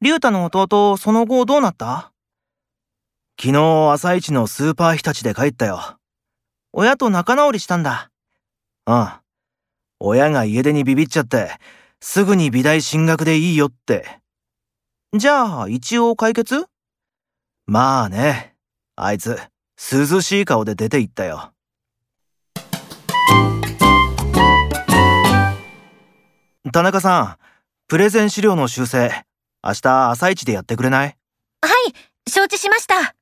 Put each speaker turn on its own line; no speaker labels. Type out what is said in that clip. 竜太の弟、その後どうなった
昨日朝一のスーパーひたちで帰ったよ。
親と仲直りしたんだ。
うん。親が家出にビビっちゃって、すぐに美大進学でいいよって。
じゃあ、一応解決
まあね。あいつ、涼しい顔で出て行ったよ。田中さん、プレゼン資料の修正、明日朝一でやってくれない
はい、承知しました。